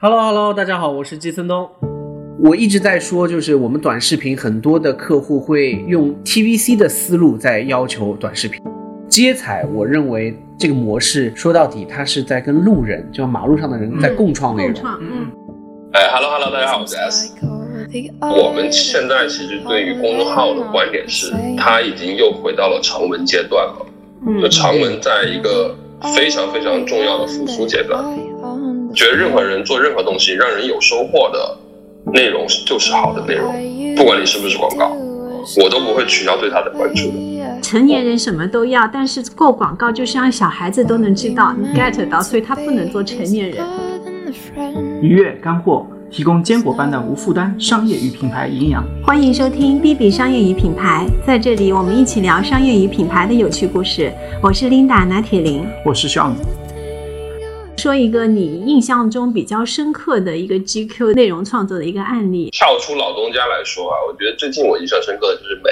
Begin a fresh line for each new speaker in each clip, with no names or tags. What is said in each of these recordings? Hello Hello，大家好，我是季森东。
我一直在说，就是我们短视频很多的客户会用 TVC 的思路在要求短视频接彩。我认为这个模式说到底，它是在跟路人，就马路上的人在共创内
共
容。
创，嗯，
哎，Hello Hello，大家好，我是 S。我们现在其实对于公众号的观点是，它已经又回到了长文阶段了。就长文在一个非常非常重要的复苏阶段，觉得任何人做任何东西让人有收获的内容就是好的内
嗯
容，不管你是不是广告，我都不会取消对它的关注的。
成年人什么都要，但是购广告就是让小孩子都能知道你 get 到，所以他不能做成年人。
愉悦干货，提供坚果般的无负担商业与品牌营养。
欢迎收听 B B 商业与品牌，在这里我们一起聊商业与品牌的有趣故事。我是 Linda 拿铁林，
我是 Sean，
说一个你印象中比较深刻的一个 GQ 内容创作的一个案例。
跳出老东家来说啊，我觉得最近我印象深刻的就是美，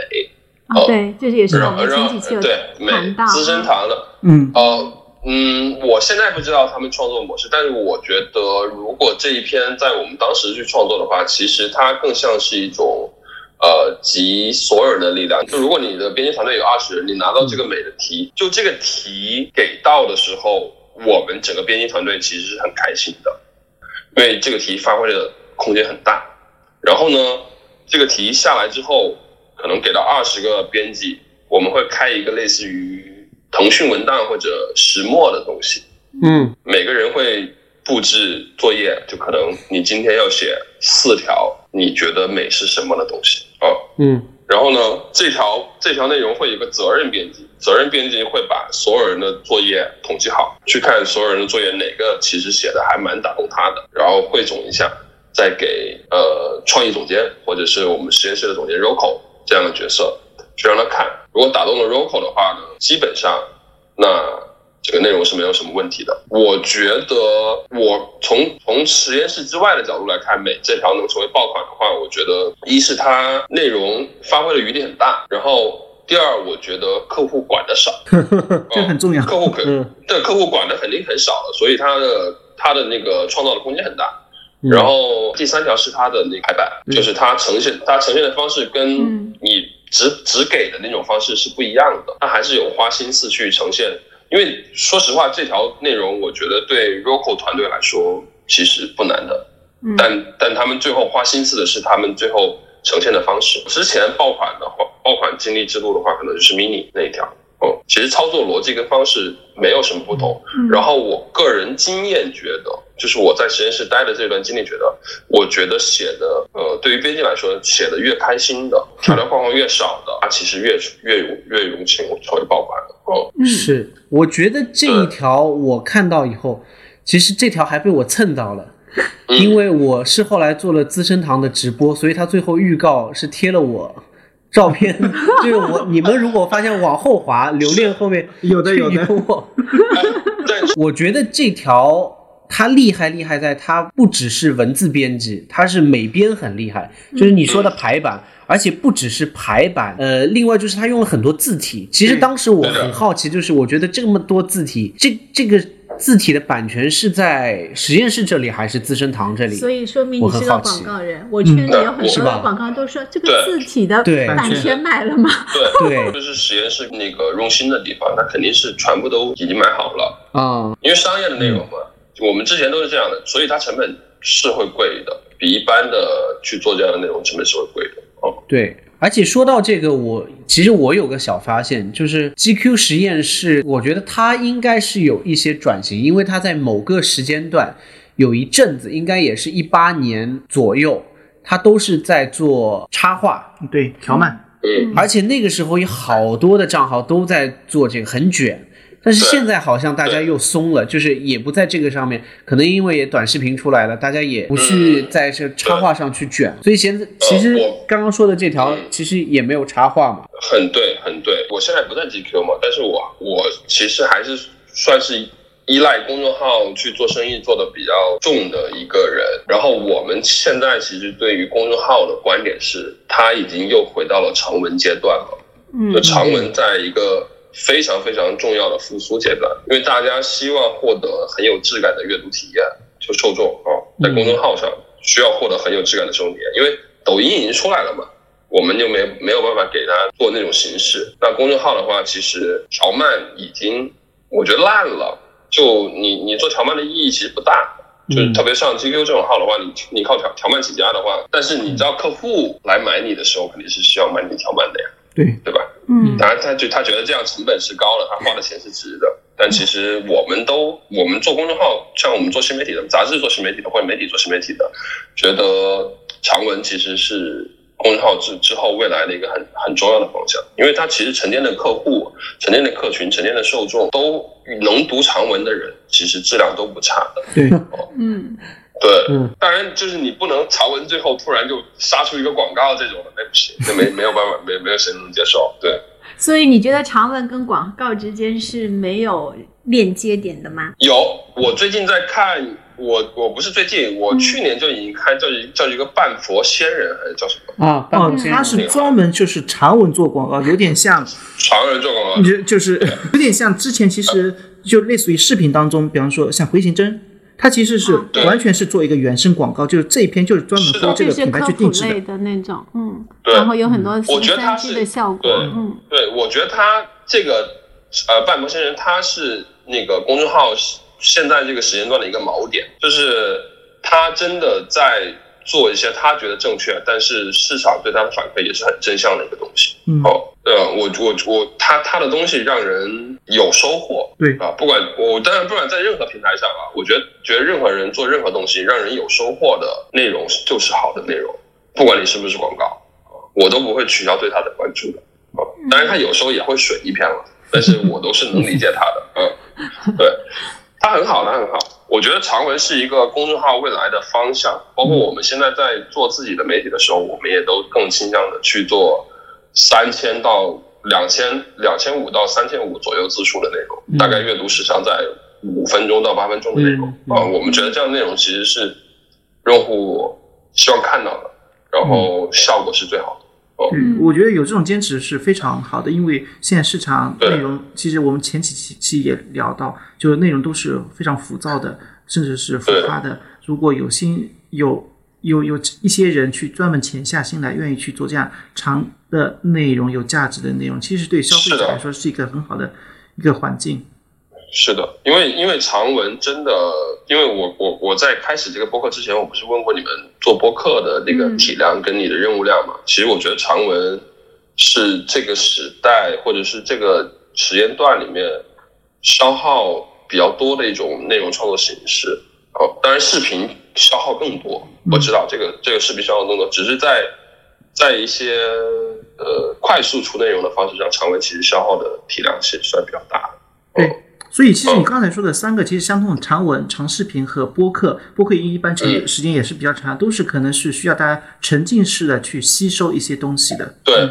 啊
哦
对，这也是我
让
们
让
前几期有
对
谈
美
到。
资生堂的
嗯，
呃，嗯，我现在不知道他们创作模式，但是我觉得如果这一篇在我们当时去创作的话，其实它更像是一种。呃，集所有人的力量。就如果你的编辑团队有二十人，你拿到这个美的题，就这个题给到的时候，我们整个编辑团队其实是很开心的，因为这个题发挥的空间很大。然后呢，这个题下来之后，可能给到二十个编辑，我们会开一个类似于腾讯文档或者石墨的东西，
嗯，
每个人会布置作业，就可能你今天要写四条你觉得美是什么的东西哦。
嗯，
然后呢，这条这条内容会有一个责任编辑，责任编辑会把所有人的作业统计好，去看所有人的作业哪个其实写的还蛮打动他的，然后汇总一下，再给呃创意总监或者是我们实验室的总监 Rocco 这样的角色去让他看。如果打动了 Rocco 的话呢，基本上那这个内容是没有什么问题的。我觉得我从从实验室之外的角度来看，美这条能成为爆款的话，我觉得一是它内容发挥的余地很大，然后第二，我觉得客户管的少，
这个很重要
哦。客户可
嗯
对客户管的肯定很少了，所以它的它的那个创造的空间很大。
嗯
然后第三条是它的那个排版，
嗯
就是它呈现它呈现的方式跟
嗯
你只只给的那种方式是不一样的，它还是有花心思去呈现。因为说实话，这条内容我觉得对 Roco 团队来说其实不难的，
嗯
但但他们最后花心思的是他们最后呈现的方式。之前爆款的话，爆款经历之路的话，可能就是 mini 那一条。哦，其实操作逻辑跟方式没有什么不同。
嗯
然后我个人经验觉得，就是我在实验室待的这段经历，觉得我觉得写的，呃，对于编辑来说，写的越开心的，条条框框越少的，它其实越越容越容易成为爆款的。哦，
嗯
是。我觉得这一条我看到以后，其实这条还被我蹭到了。
嗯
因为我是后来做了资生堂的直播，所以他最后预告是贴了我照片，就是我你们如果发现往后滑留恋后面
嗯有的有的
就我，
哎但
我觉得这条它厉害厉害在它不只是文字编辑，它是美编很厉害，就是你说的排版，而且不只是排版，呃，另外就是它用了很多字体。其实当时我
对的
很好奇，就是我觉得这么多字体，这这个字体的版权是在实验室这里还是资生堂这里？
所以说明
我
你
很
是个
好奇
广告人，我圈里有很
是
多
吧
的广告都说这个
嗯对
字体的
对
版权买了吗？
对
对
就是实验室那个用心的地方，它肯定是全部都已经买好了。
啊，
因为商业的内容嘛，我们之前都是这样的，所以它成本是会贵的，比一般的去做这样的内容成本是会贵的。哦，
对。而且说到这个，我其实我有个小发现，就是 GQ 实验室，我觉得它应该是有一些转型，因为它在某个时间段有一阵子，应该也是一八年左右，它都是在做插画，
对，条漫，
嗯，
而且那个时候有好多的账号都在做这个，很卷。但是现在好像大家又松了，就是也不在这个上面，可能因为也短视频出来了，大家也不去
嗯
在这插画上去卷，所以现在其实
呃我
刚刚说的这条
嗯
其实也没有插画嘛。
很对，很对。我现在不在 GQ 嘛，但是我我其实还是算是依赖公众号去做生意做的比较重的一个人。然后我们现在其实对于公众号的观点是，它已经又回到了长文阶段了。
嗯
就长文在一个非常非常重要的复苏阶段，因为大家希望获得很有质感的阅读体验，就受众啊，在公众号上需要获得很有质感的收敛，因为抖音已经出来了嘛，我们就没没有办法给它做那种形式。那公众号的话，其实条漫已经我觉得烂了，就你你做条漫的意义其实不大。就是特别像 GQ 这种号的话，你你靠条条漫起家的话，但是你知道客户来买你的时候，肯定是需要买你条漫的呀，
对
对吧？
嗯
他他就他觉得这样成本是高的，他花的钱是值的。但其实我们都，我们做公众号，像我们做新媒体的，杂志做新媒体的，或者媒体做新媒体的，觉得长文其实是公众号之之后未来的一个很很重要的方向，因为它其实沉淀的客户、沉淀的客群、沉淀的受众，都能读长文的人，其实质量都不差的。
对，
嗯
对
嗯，
当然就是你不能长文最后突然就杀出一个广告这种的，那不行，那没没有办法，没没有谁能接受。对。
所以你觉得长文跟广告之间是没有链接点的吗？
有，我最近在看，我我不是最近，我去年就已经看叫一叫一个半佛仙人还是叫什么
啊，办
哦
嗯
公室，
他是专门就是长文做广告，有点像，
传人做广告
你，就就是有点像之前其实就类似于视频当中，比方说像回形针，它其实是
嗯对
完全是做一个原生广告，就是这一篇就是专门
是的
做这
就
个
是
品牌
科
去
普
定制
类
的。
的那种，嗯，
对
然后有很多
我觉得它
三
是
G 的效果
对，
嗯
对我觉得他这个呃半佛仙人他是那个公众号现在这个时间段的一个锚点，就是他真的在做一些他觉得正确，但是市场对他的反馈也是很正向的一个东西。
嗯，
哦，对，我我我，他他的东西让人有收获，
对
啊，不管我当然不管在任何平台上啊，我觉得觉得任何人做任何东西让人有收获的内容是就是好的内容，不管你是不是广告，啊我都不会取消对他的关注的。啊，当然他有时候也会水一篇了，但是我都是能理解他的，嗯，对，他很好，他很好。我觉得长文是一个公众号未来的方向，包括我们现在在做自己的媒体的时候，我们也都更倾向的去做三千到两千、两千五到三千五左右字数的内容，大概阅读时长在五分钟到八分钟的内容
嗯嗯
啊。我们觉得这样的内容其实是用户希望看到的，然
嗯
后效果是最好
嗯
的。嗯
对，我觉得有这种坚持是非常好的，因为现在市场内容，其实我们前几期期也聊到，就是内容都是非常浮躁的，甚至是浮夸的。如果有心有有有一些人去专门潜下心来，愿意去做这样长的内容、有价值的内容，其实对消费
是
者
的
来说是一个很好的一个环境。
是的，因为因为长文真的，因为我我我在开始这个播客之前，我不是问过你们做播客的那个
嗯
体量跟你的任务量嘛？其实我觉得长文是这个时代或者是这个时间段里面消耗比较多的一种内容创作形式。哦，当然视频消耗更多，我知道这个这个视频消耗更多，只是在在一些呃快速出内容的方式上，长文其实消耗的体量其实算比较大的。
对，所以其实你刚才说的三个其实相同，长文、长视频和播客，播客一般时
嗯
时间也是比较长，都是可能是需要大家沉浸式的去吸收一些东西的。
对，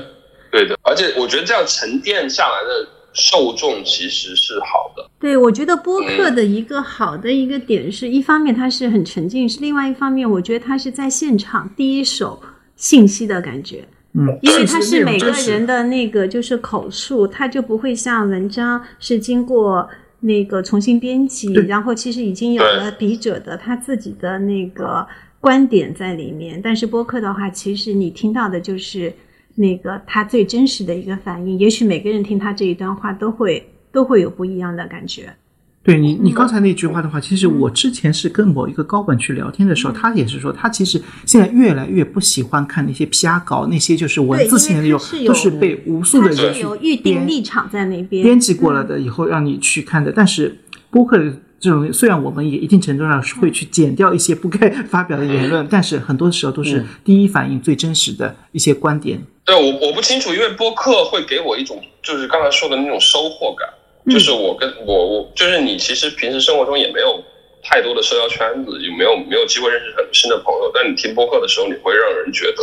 对的，而且我觉得这样沉淀下来的受众其实是好的。
对，我觉得播客的一个好的一个点是，一方面它是很沉浸式，另外一方面我觉得它是在现场第一手信息的感觉，
嗯，
因为它
信息内
是
容
每个
真实
人的那个就是口述，它就不会像文章是经过那个重新编辑，
对
然后其实已经有了笔者的他自己的那个观点在里面。但是播客的话，其实你听到的就是那个他最真实的一个反应。也许每个人听他这一段话都会都会有不一样的感觉。
对你，你
嗯
刚才那句话的话，其实我之前是跟某一个高管去聊天的
嗯
时候，他也是说，他其实现在越来越不喜欢看那些 PR 稿，那些就是文字性的内容
对因为它是，有
都是被无数的
他
人
是
去
有嗯预定
编
立场在那边，
编辑过了的以后让你去看的。但是播客这种，虽然我们也一定程度上是会去剪掉一些不该发表的言论，但是很多时候都是
嗯
第一反应最真实的一些观点。
对我我不清楚，因为播客会给我一种就是刚才说的那种收获感，
嗯
就是我跟我我就是你其实平时生活中也没有太多的社交圈子，也没有没有机会认识很多新的朋友，但你听播客的时候，你会让人觉得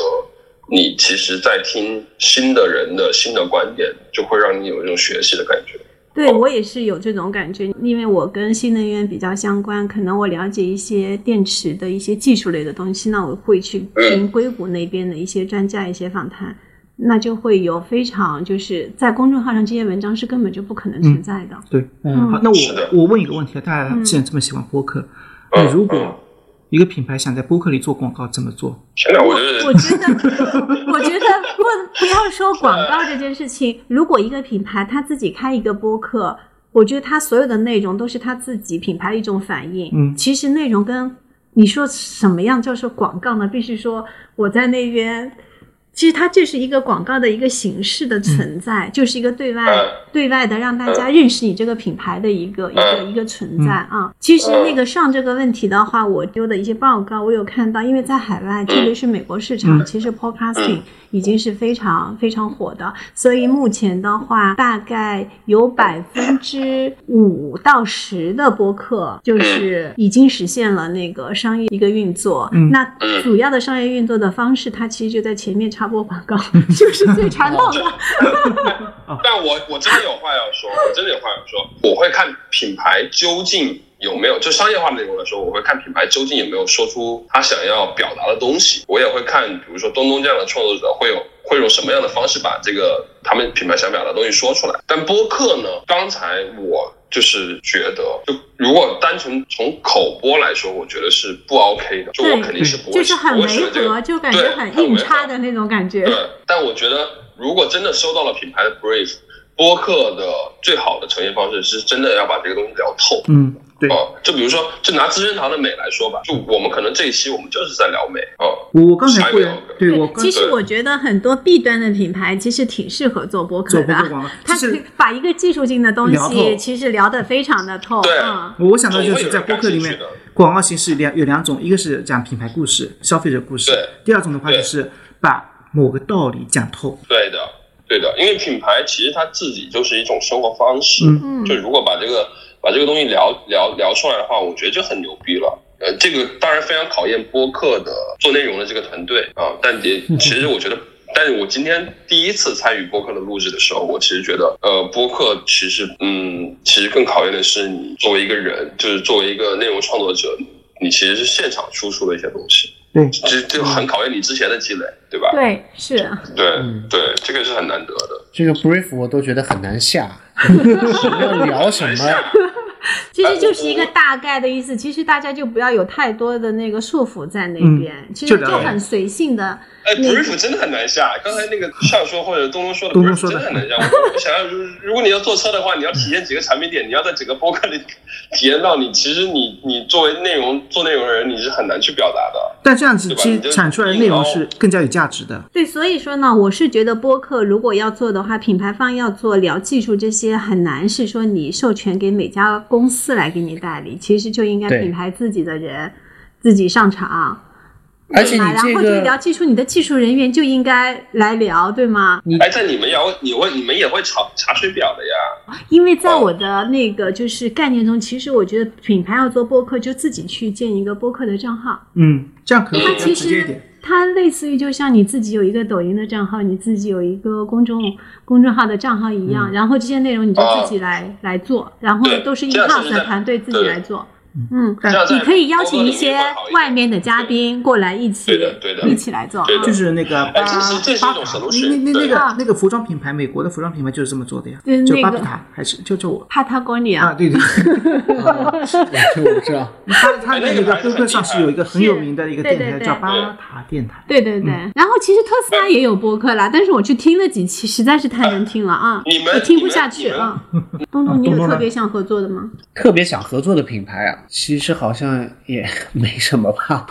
你其实在听新的人的新的观点，就会让你有一种学习的感觉。
对我也是有这种感觉，因为我跟新能源比较相关，可能我了解一些电池的一些技术类的东西，那我会去听硅谷那边的一些专家一些访谈，那就会有非常就是在公众号上这些文章是根本就不可能存在的。
对，
嗯
好，那
是的
我我问一个问题啊，大家
嗯
既然这么喜欢播客，
嗯
那如果一个品牌想在播客里做广告，怎么做？
天哪，我觉
我
得
觉得，我觉得不不要说广告这件事情，如果一个品牌他自己开一个播客，我觉得他所有的内容都是他自己品牌的一种反应。
嗯
其实内容跟你说什么样叫做广告呢？必须说我在那边。其实它这是一个广告的一个形式的存在，就是一个对外、
嗯
对外的让大家
嗯
认识你这个品牌的一个、一个
嗯
一个存在啊。其
嗯
实那个上这个问题的话，我丢的一些报告我有看到，因为在海外，特别是美国市场，
嗯
其实 podcasting 已经是非常非常火的，所以目前的话，大概有百分之五到十的播客就是已经实现了那个商业一个运作。
嗯
那主要的商业运作的方式，它其实就在前面插播广告， 就是最传统 的。
但我我真的有话要说，我真的有话要说。我会看品牌究竟有没有，就商业化内容来说，我会看品牌究竟有没有说出他想要表达的东西。我也会看，比如说东东这样的创作者会有会用什么样的方式把这个他们品牌想表达的东西说出来。但播客呢，刚才我。就是觉得，就如果单纯从口播来说，我觉得是不 OK 的，就我
对
肯定是不会，
就是很
不会喜
违
欢这个
和，就感觉
对
很
很
硬
违和
插的那种感觉。
对，但我觉得如果真的收到了品牌的 brief，播客的最好的呈现方式是真的要把这个东西聊透。
嗯，对，
哦、就比如说，就拿资生堂的美来说吧，就我们可能这一期我们就是在聊美哦，
我我刚才忽
下
然
一个
对我刚
其实我觉得很多 B 端的品牌其实挺适合做播
做
客
播
的
客
啊，
广告，
它
其实
把一个技术性的东
聊透
西其实聊得非常的透。
对
嗯，
我我想到
总
就
会
是
有
在
人
播
感
客里
兴趣
面，
的。
广告形式两有两种，一个是讲品牌故事、消费者故事
对，
第二种的话就是把某个道理讲透。
对的，对的，因为品牌其实它自己就是一种生活方式。
嗯
嗯
就如果把这个把这个东西聊聊聊出来的话，我觉得就很牛逼了。呃，这个当然非常考验播客的做内容的这个团队啊，但也其实我觉得，但是我今天第一次参与播客的录制的时候，我其实觉得，呃，播客其实，嗯，其实更考验的是你作为一个人，就是作为一个内容创作者，你其实是现场输出的一些东西，
对
这这很考验你之前的积累，对吧？
对，是
对
嗯
对，这个是很难得的。
这个 brief 我都觉得很难 下，要聊什么？
其
啊
实就是一个大概的意思。其实大家就不要有太多的那个束缚在那边，其实
嗯就
就
聊
很随性的。
哎
那个
，brief 真的很难下。刚才 那个上说或者东东说的
东东
brief
说
真
的
的很难下。我我想要，如如果你要坐车的话，你要体验几个产品点，你要在整个播客里体验到你。其实你你作为内容做内容的人，你是很难去表达的。
但这样子
对吧
其
你
实
就
产出来的内容是更加有价值的。
对，所以说呢，我是觉得播客如果要做的话，品牌方要做聊技术这些，很难是说你授权给每家公司来给你代理，其实就应该
对
品牌自己的人自己上场。啊
而且你
啊，然
这
后就聊
个，
技术，你的技术人员就应该来聊，对吗？
嗯
哎，但你们要你会你们也会查查水表的呀。
因为在我的那个就是概念中，其实我觉得品牌要做播客，就自己去建一个播客的账号。
嗯，这样可能
它
比较
其
直接一
实
点。
它类似于就像你自己有一个抖音的账号，你自己有一个公众公众号的账号一样，然后这些内容你就自己来、来做，然后
嗯哦对
都是
这样
in-house
是在
的团队自己
对
来做。嗯，
但
这样在
你可以邀请一
播客里
些
面会好一点
外面的嘉宾过来一起，
对的对的
一起来做啊。
对的
就是那个
哎，
巴
这是这是一
巴
种 solution
那那那
对
个那个服装品牌，美国的服装品牌就是这么做的呀
对，
就
那
巴
个
比塔还是就就 我
Patagonia，、
嗯
啊， 对对，
这 个我知道。
他他
哎那
那
个
个
牌子
播客
很厉
上
害
是有一个很有名的一个
对
电台
对
叫
对
巴塔电台，
对对对，
嗯
然后其实特斯拉也有播客啦，但是我去听了几期，实在是太难听了啊，
你们
我听不下去啊。东东，
啊
你
东
有
东呢
特别想合作的吗？
特别想合作的品牌啊，其实好像也没什么吧，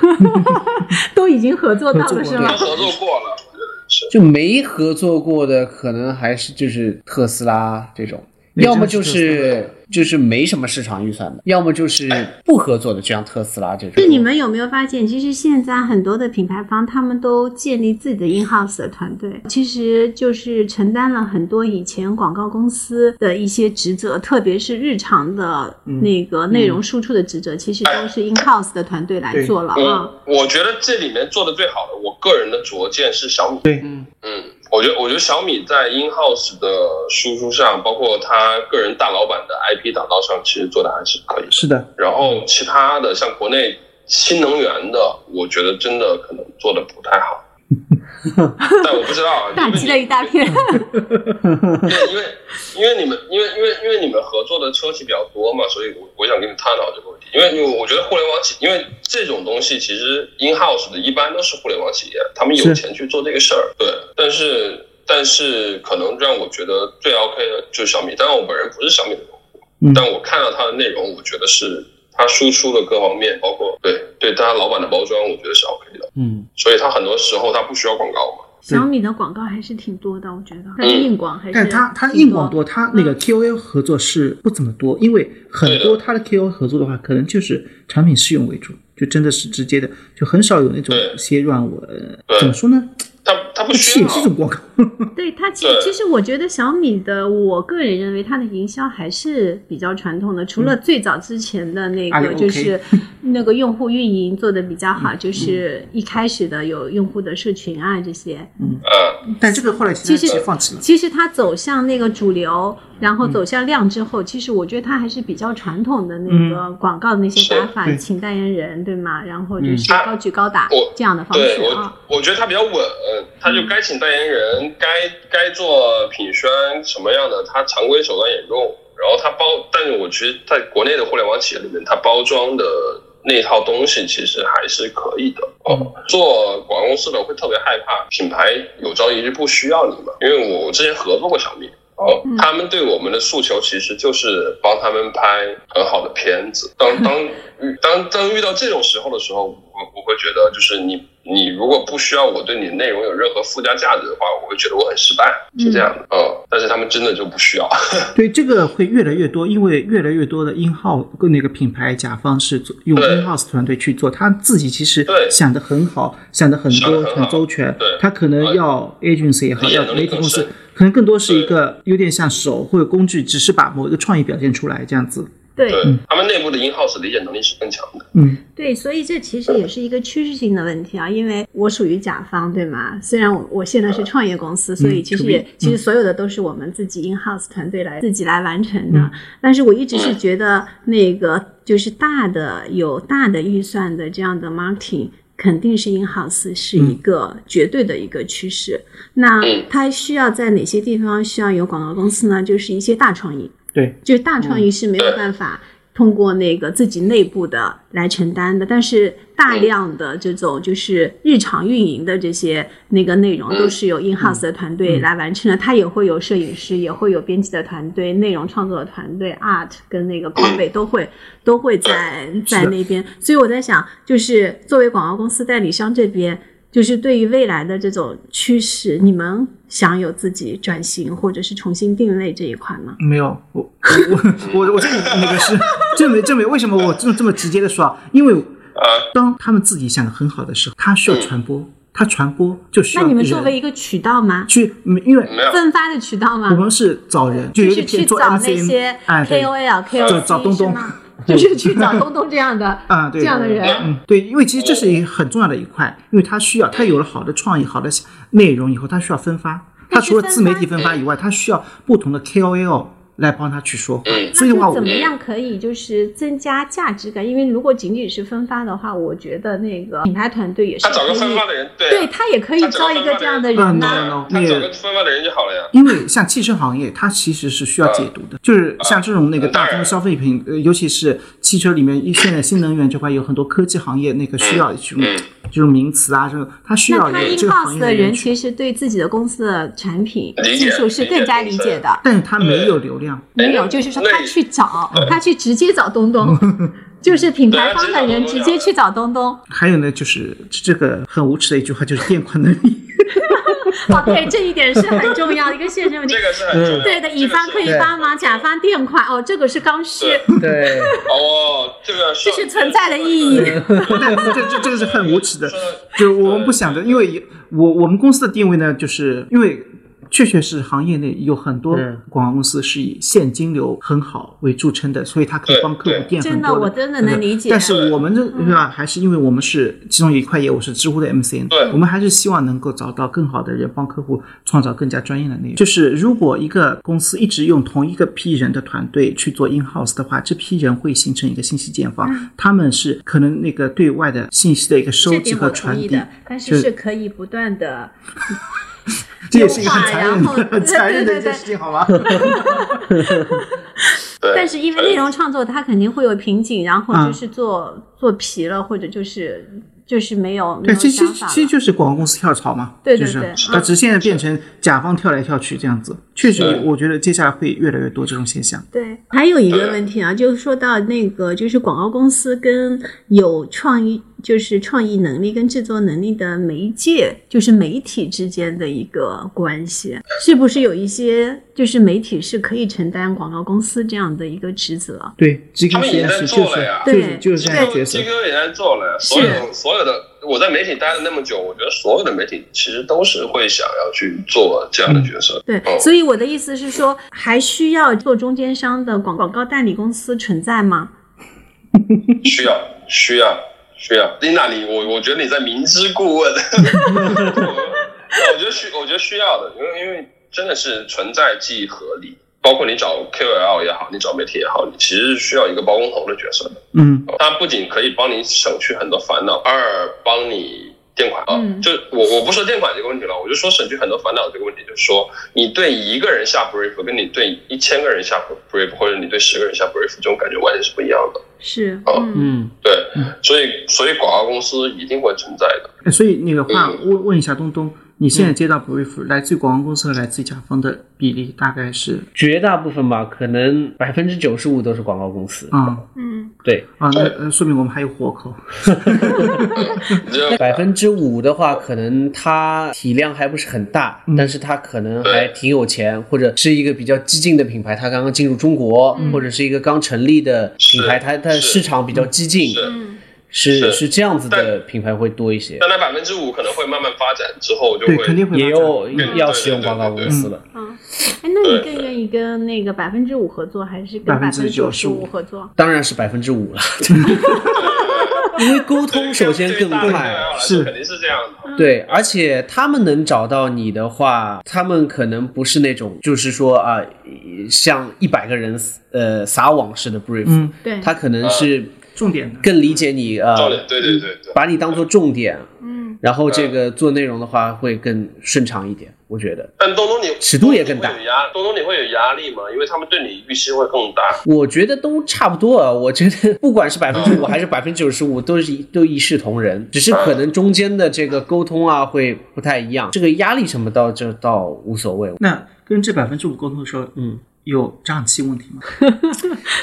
都已经合作到
合作
了是
过
你
吗
们？合作过了，
嗯
嗯
就没合作过的，可能还是就是特斯拉这种，
那
要么就
真是
是就是没什么市场预算的，要么就是不合作的，就像特斯拉这种。
那你们有没有发现，其实现在很多的品牌方，他们都建立自己的 in house 的团队，其实就是承担了很多以前广告公司的一些职责，特别是日常的
嗯
那个内容输出的职责，其实都是 in house 的团队来做了啊。
嗯
我我觉得这里面做的最好的，我个人的拙见是小米。
对
嗯我觉得我觉得小米在 in house 的输出上，包括他个人大老板的 IP 打造上，其实做的还是可以的。
是的，
然后其他的像国内新能源的，我觉得真的可能做的不太 好。但我不知道啊，
嗯
打击了一大片，
对，因为因为你们因为因为因为你们合作的车企比较多嘛，所以我我想跟你探讨这个问题。因为我我觉得互联网企，因为这种东西其实 in house 的一般都是互联网企业，他们有钱去做这个事儿，对。但是但是可能让我觉得最 OK 的就是小米，当然我本人不是小米的用户，
嗯
但我看到它的内容，我觉得是它输出的各方面，包括对对它老板的包装，我觉得是 OK 的。
嗯，
所以它很多时候它不需要广告嘛，
对
小米的广告还是挺多的，我觉得它的硬广还是
嗯
挺多，嗯
但它它硬广多，它那个 KOL 合作是不怎么多，因为很多它的 KOL 合作的话，可能就是产品试用为主，就真的是直接的，就很少有那种
对
些让我呃
对
怎么说呢？
它它不
这
需
也
要。
是一种广告，
对它其
对
其实我觉得小米的，我个人认为它的营销还是比较传统的，除了最早之前的那
哎
个
，OK
就是那个用户运营做的比较好，就是一开始的有用户的社群啊这些，
嗯，
但这个后来其
其
实
实
放弃了。
其实它走向那个主流，然后走向量之后，其实我觉得它还是比较传统的那个广告的那些打法，
是对
请代言人对吗？然后就
嗯
是高举高打
我
这样的方
对
式
我
啊，
我觉得它比较稳，它就该请代言人，该该做品宣什么样的，它常规手段也用。然后它包，但是我觉得在国内的互联网企业里面，它包装的那套东西其实还是可以的。哦，做广告公司的会特别害怕品牌有朝一日不需要你们，因为我我之前合作过小米，哦
嗯，
他们对我们的诉求其实就是帮他们拍很好的片子。当当遇当当遇到这种时候的时候，我我会觉得就是你你如果不需要我对你的内容有任何附加价值的话，我会觉得我很失败，是这样的。嗯，但是他们真的就不需要。
对，这个会越来越多，因为越来越多的 in house 跟那个品牌甲方是做用
对
in house 团队去做，他自己其实
对
想的很好，想的很
想得
多，
很好
很周全
对。
他可能要 agency 也好，
理解
要
能力
媒体
更
公司
深，
可能更多是一个有点像手或者工具，只是把某一个创意表现出来这样子。
对
对、他们内部的 in house 理解能力是更强的。
嗯，
对，所以这其实也是一个趋势性的问题啊，因为我属于甲方，对吗？虽然我我现在是创业公司，所以其实也、
to be，
其实所有的都是我们自己 in house 团队来自己来完成的。但是我一直是觉得那个就是大的有大的预算的这样的 marketing。肯定是 in house 是一个绝对的一个趋势。那
嗯
它需要在哪些地方需要有广告公司呢？就是一些大创意，
对，
就是大创意是没有
对
办法通过那个自己内部的来承担的，但是大量的这种就是日常运营的这些那个内容
嗯
都是由 in house 的团队来完成的，它也会有摄影师，也会有编辑的团队、内容创作的团队、art 跟那个 copy 都会都会在在
是的
那边，所以我在想，就是作为广告公司代理商这边。就是对于未来的这种趋势，你们想有自己转型或者是重新定位这一块吗？
没有，我我我我这里那个是证明证明为什么我这么这么直接的说啊，因为当他们自己想的很好的时候，他
嗯
需要传播，他传播就需
那
要
你们
人
作为一个渠道吗？
去，嗯因为
没有，
分发的渠道
我
吗？
们是找人，就
啊就
有
是
点
去
偏做
找那
MC，
些
哎，对
KOL、
找
KOC
找东东
是吗？就是去找东东这样的
啊，对，
这样的人。
嗯，对，因为其实这是一个很重要的一块，因为他需要，他有了好的创意、好的内容以后，他需要分发。他
但是
除了自媒体
分
分发以外，他需要不同的 KOL 来帮他去说话。
嗯
所以的话，
那就
我
怎么样可以就是增加价值感？因为如果仅仅是分发的话，我觉得那个品牌团队也是
他找个
可以
分发的人，对
对
啊
他也可以招一个这样的人啊
嗯
呐、
no, no, no
他
那
找
个
个分发的人就好了呀。
因为像汽车行业，它其实是需要解读
嗯
的，就是像这种那个大宗消费品，呃，尤其是汽车里面，现在新能源这块有很多科技行业，那个需要这种
嗯
这种名词啊，这种它需要
那他
有
in
这个行
house
业
的人
去
其实对自己的公司的产品
理解
技术是更加理解的。
但是它没有流量，
哎
没有，
那
就是说
那
他
你
去找，他去直接找东东，就是品牌方的人直接去找东东。
还有呢，就是这个很无耻的一句话，就是垫款能力。
哦，对，这一点是很重要的一个现实问题
这。个是很重要
对的，乙方可以帮忙，甲方垫款。哦，这个是刚需，
对
对，
哦，这个
这是存在的意义。
但这这这个是很无耻的
说得，
就我们不想的，因为我我们公司的定位呢，就是因为确确实行业内有很多
嗯
广告公司是以现金流很好为著称的，所以它可以
对
帮客户
对
垫很
真的
多
我真的能理解嗯
但是我们这对吧，还是因为我们是其中有一块业务是知乎的 MCN，
对
我们还是希望能够找到更好的人帮客户创造更加专业的内容。就是如果一个公司一直用同一个批人的团队去做 in house 的话，这批人会形成一个信息茧房，
嗯
他们是可能那个对外的信息的一个收
这
集
点
和
我同
传
意
递
的，，但
就是
是可以不断的
这也是一个很
优化
残忍的、
然后
很残忍的一件事情，好吗？
对
但是因为内容创作它肯定会有瓶颈，然后
嗯
就是做、做皮了，或者就是就是没有没
对，
有
其实
想法
其实
了。
就是广告公司跳槽嘛，
对对
就
对
是，啊
嗯
那只是现在变成甲方跳来跳去这样子，确实
对，
我觉得接下来会越来越多这种现象。
对，还有一个
对
问题啊，就是说到那个，就是广告公司跟有创意，就是创意能力跟制作能力的媒介，就是媒体之间的一个关系，是不是有一些就是媒体是可以承担广告公司这样的一个职责？
对，GQ
他们已
实
经
验
在
室
做
就是
了呀
就是就是
鸡
这
哥
样的角色
鸡。哥也在做了，所有所有的我在媒体待了那么久，我觉得所有的媒体其实都是会想要去做这样的角色。
对，
哦
所以我的意思是说，还需要做中间商的广广告代理公司存在吗？嗯
需要需要需要。琳娜，你我我觉得你在明知 故问。我觉得需我觉得需要的，因为因为真的是存在即合理。包括你找 KOL 也好，你找媒体也好，你其实是需要一个包工头的角色的。
嗯，
它不仅可以帮你省去很多烦恼，二帮你垫款啊。
嗯
就我我不说垫款这个问题了，我就说省去很多烦恼这个问题，就是说你对一个人下 brief，跟你对一千个人下 brief，或者你对十个人下 brief，这种感觉完全是不一样的。
是，
哦
嗯，
嗯，
对，所以所以广告公司一定会存在的。
哎所以那个话
嗯
问问一下东东，你现在
嗯
接到 brief 来自广告公司和来自甲方的比例大概是
绝大部分吧，可能百分之九十五都是广告公司。
啊
嗯，
对，
啊，那
对
呃说明我们还有活口。
这
嗯百分之五的话，可能它体量还不是很大，
嗯
但是它可能还挺有钱，或者是一个比较激进的品牌，它刚刚进入中国，
嗯
或者是一个刚成立的品牌，
是
它它的
是
市场比较激进，
是
嗯，
是
是
这样子的
但
品牌会多一些，
但那百分之五可能会慢慢发展之后就
对，
会
肯定会
也
发展
有
对
要使用广告公司了。
嗯，哎，那你
对
更愿意跟那个百分之五合作，还是跟百分之九十
95%
五合作？
当然是百分之五了， 因为沟通首先更
对于大家
快
来。说
是
肯定是这样的。
对，而且他们能找到你的话，他们可能不是那种，就是说啊，像一百个人呃撒网式的 brief，、
嗯
对，
他可能是
重点的。
更理解你
教
呃
练，，呃对对对对，呃
把你当做重点，
嗯，
然后这个做内容的话会更顺畅一点，我觉得。
但东东你
尺度也更大
东东你会有压东东你会有压力吗？因为他们对你预期会更大。
我觉得都差不多啊，我觉得 不管
嗯
是百分之五还是百分之九十五，都是一都一视同仁，只是可能中间的这个沟通啊会不太一样，这个压力什么倒就倒无所谓。
那跟这百分之五沟通的时候，
嗯，
有胀气问题吗？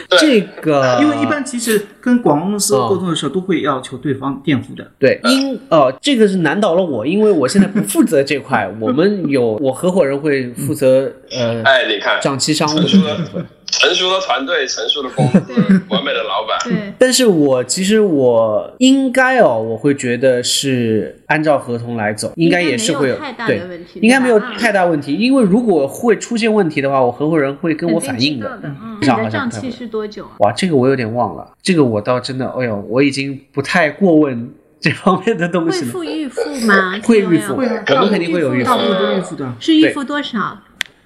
对
这
呃
个
啊因为一般其实跟广告公司
哦
沟通的时候，都会要求对方垫付的。
对，因呃，这个是难倒了我，因为我现在不负责这 块，我们有我合伙人会负责呃
哎，你看，
长期商务的这
成熟的
部分。
成熟的团队，成熟的公司， 完美的老板。
对，
但是我其实我应该哦，我会觉得是按照合同来走，应该也是会有
应该没有太大的
对
问题，
应该没有
对吧嗯
太大问题，因为如果会出现问题的话，我合伙人会跟我反映
肯定知道的。
上
嗯，你
好像
的胀
不太
气
会。
是多久啊？
哇，这个我有点忘了，这个我倒真的，哎呦，我已经不太过问 这方面的东
会
西了。
付预付 吗？
会
这个
预付
要
会
啊
我
大
们
部
肯定会有预
大
付
部
付
分都预付的，
是预
对
付多少？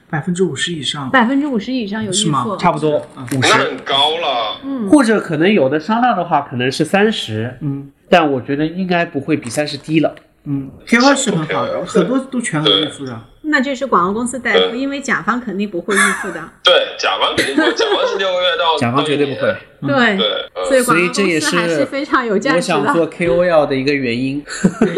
百分之五十以上。
百分之五十以上有预
是吗
付，
差不多
啊
五
那
十，
很高了，
嗯，
或者可能有的商量的话，可能是三十，
嗯
但我觉得应该不会比三十低了。
嗯，KOL 是很好的，
对
很多都全额预付的。
那就是广告公司代付，
对
因为甲方肯定不会预付的。
对，甲方肯定不会，甲方是六个月 到，
甲方绝对不会，
嗯
对，
对，嗯
所以广
所以
告
这
公
也
司还是非常有价
我
值的。
想做 KOL 的一个原因。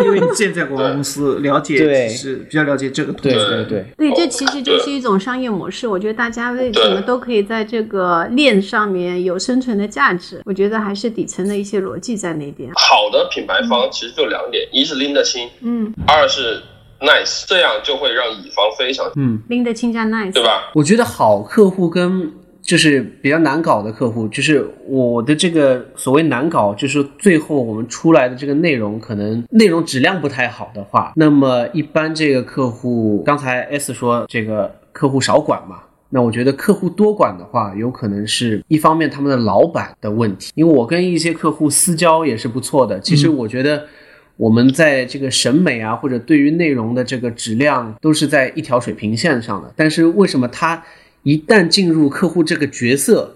因为你现在广告公司了解
对
是比较了解这个
对
对
对对，
对，这
哦
其实就是
对
一种商业模式。我觉得大家为
对
什么都可以在这个链上面有生存的价值，我觉得还是底层的一些逻辑在那边。
好的品牌方其实就两点，一是拎得清，
嗯，
二是 nice，这样就会让乙方非常，
嗯，
拎得清加 nice，
对？吧？
我觉得好客户跟就是比较难搞的客户，就是我的这个所谓难搞，就是最后我们出来的这个内容可能内容质量不太好的话，那么一般这个客户，刚才 S 说这个客户少管嘛。那我觉得客户多管的话，有可能是一方面他们的老板的问题，因为我跟一些客户私交也是不错的。其实我觉得我们在这个审美啊，或者对于内容的这个质量，都是在一条水平线上的。但是为什么他一旦进入客户这个角色，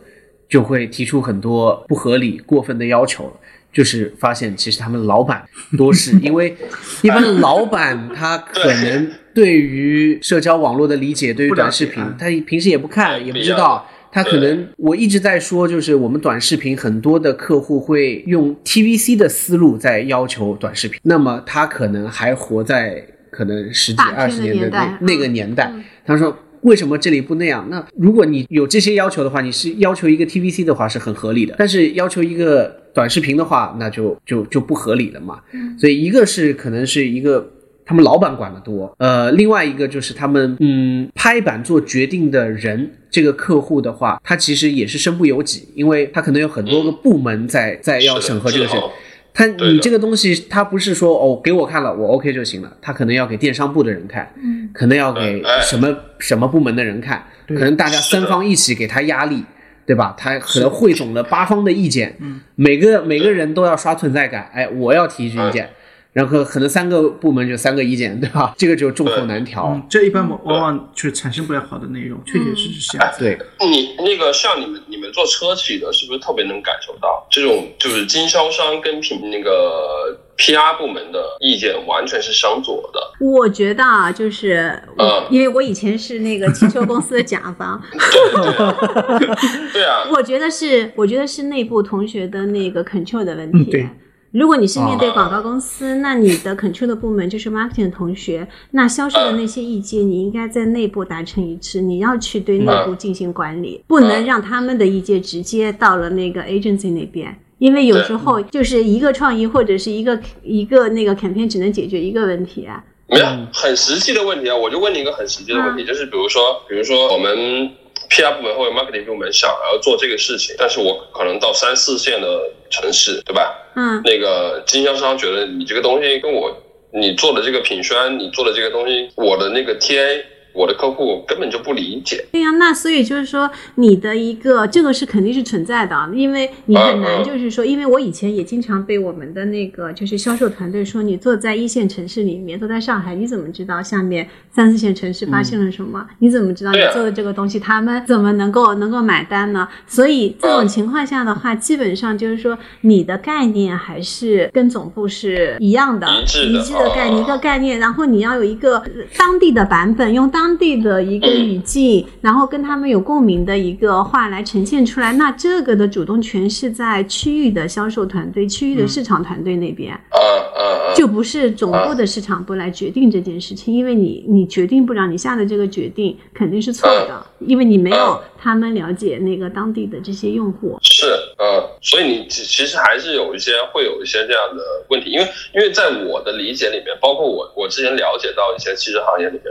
就会提出很多不合理、过分的要求了？就是发现其实他们老板多是因为一般老板他可能对于社交网络的理解，对于
不了
短视
解
频
啊
他平时也不看，也不知道，他可能我一直在说，就是我们短视频很多的客户会用 TVC 的思路在要求短视频，那么他可能还活在可能十几
大片的
二十年的
年代
那那个年代
嗯。
他说。为什么这里不那样？那如果你有这些要求的话，你是要求一个 TVC 的话是很合理的，但是要求一个短视频的话，那就就就不合理了嘛。所以一个是可能是一个他们老板管得多，呃，另外一个就是他们嗯拍板做决定的人，这个客户的话，他其实也是身不由己，因为他可能有很多个部门在在哎要审核这个事
是的。
他
的
你这个东西，他不是说哦给我看了我 OK 就行了，他可能要给电商部的人看，
嗯，
可能要给
嗯哎
什么、什么部门的人看，可
对
能大家
是的
三方一起给他压力，对吧？他可能汇总了八方的意见，
嗯
每个每个人都要刷存在感，哎，我要提一句意
哎
见，然后可能三个部门就三个意见，对吧？这个就众口难调
嗯，，这一般往往往就产生不了好的内
嗯
容，确确实实是这样子。
对，
你那个像你们你们做车企的，是不是特别能感受到这种就是经销商跟品那个 PR 部门的意见完全是相左的？
我觉得啊，就是我、
嗯
因为我以前是那个汽车公司的甲方，
对啊，
我觉得是，我觉得是内部同学的那个 control 的问题。
嗯对
如果你是面对广告公司，那你的 control 的部门就是 marketing 的同学，那销售的那些意见，你应该在内部达成一致，你要去对内部进行管理，不能让他们的意见直接到了那个 agency 那边。因为有时候就是一个创意或者是一个一个那个 campaign 只能解决一个问题啊，
没有很实际的问题啊，我就问你一个很实际的问题，就是比如说，比如说我们 PR 部门或者 marketing 部门想要做这个事情，但是我可能到三四线的城市，对吧？
嗯
那个经销商觉得你这个东西跟我你做的这个品宣，你做的这个东西，我的那个 TA，我的客户根本就不理解。
对呀、那所以就是说，你的一个这个是肯定是存在的啊，因为你很难
嗯嗯
就是说，因为我以前也经常被我们的那个就是销售团队说，你坐在一线城市里面，坐在上海，你怎么知道下面三四线城市发生了什么？你怎么知道你
对啊
做的这个东西他们怎么能够能够买单呢？所以这种
嗯
情况下的话，基本上就是说，你的概念还是跟总部是一样的，
一致的
一致的概念，一
哦
个概念，然后你要有一个呃当地的版本，用当地的一个语境，然后跟他们有共鸣的一个话来呈现出来。那这个的主动权是在区域的销售团队、区域的市场团队那边，
啊啊啊！
就不是总部的市场部来决定这件事情，因为你你决定不了，你下的这个决定肯定是错的，因为你没有
嗯
他们了解那个当地的这些用户。
是，呃，所以你其其实还是有一些会有一些这样的问题，因为因为在我的理解里面，包括我我之前了解到一些汽车行业里面，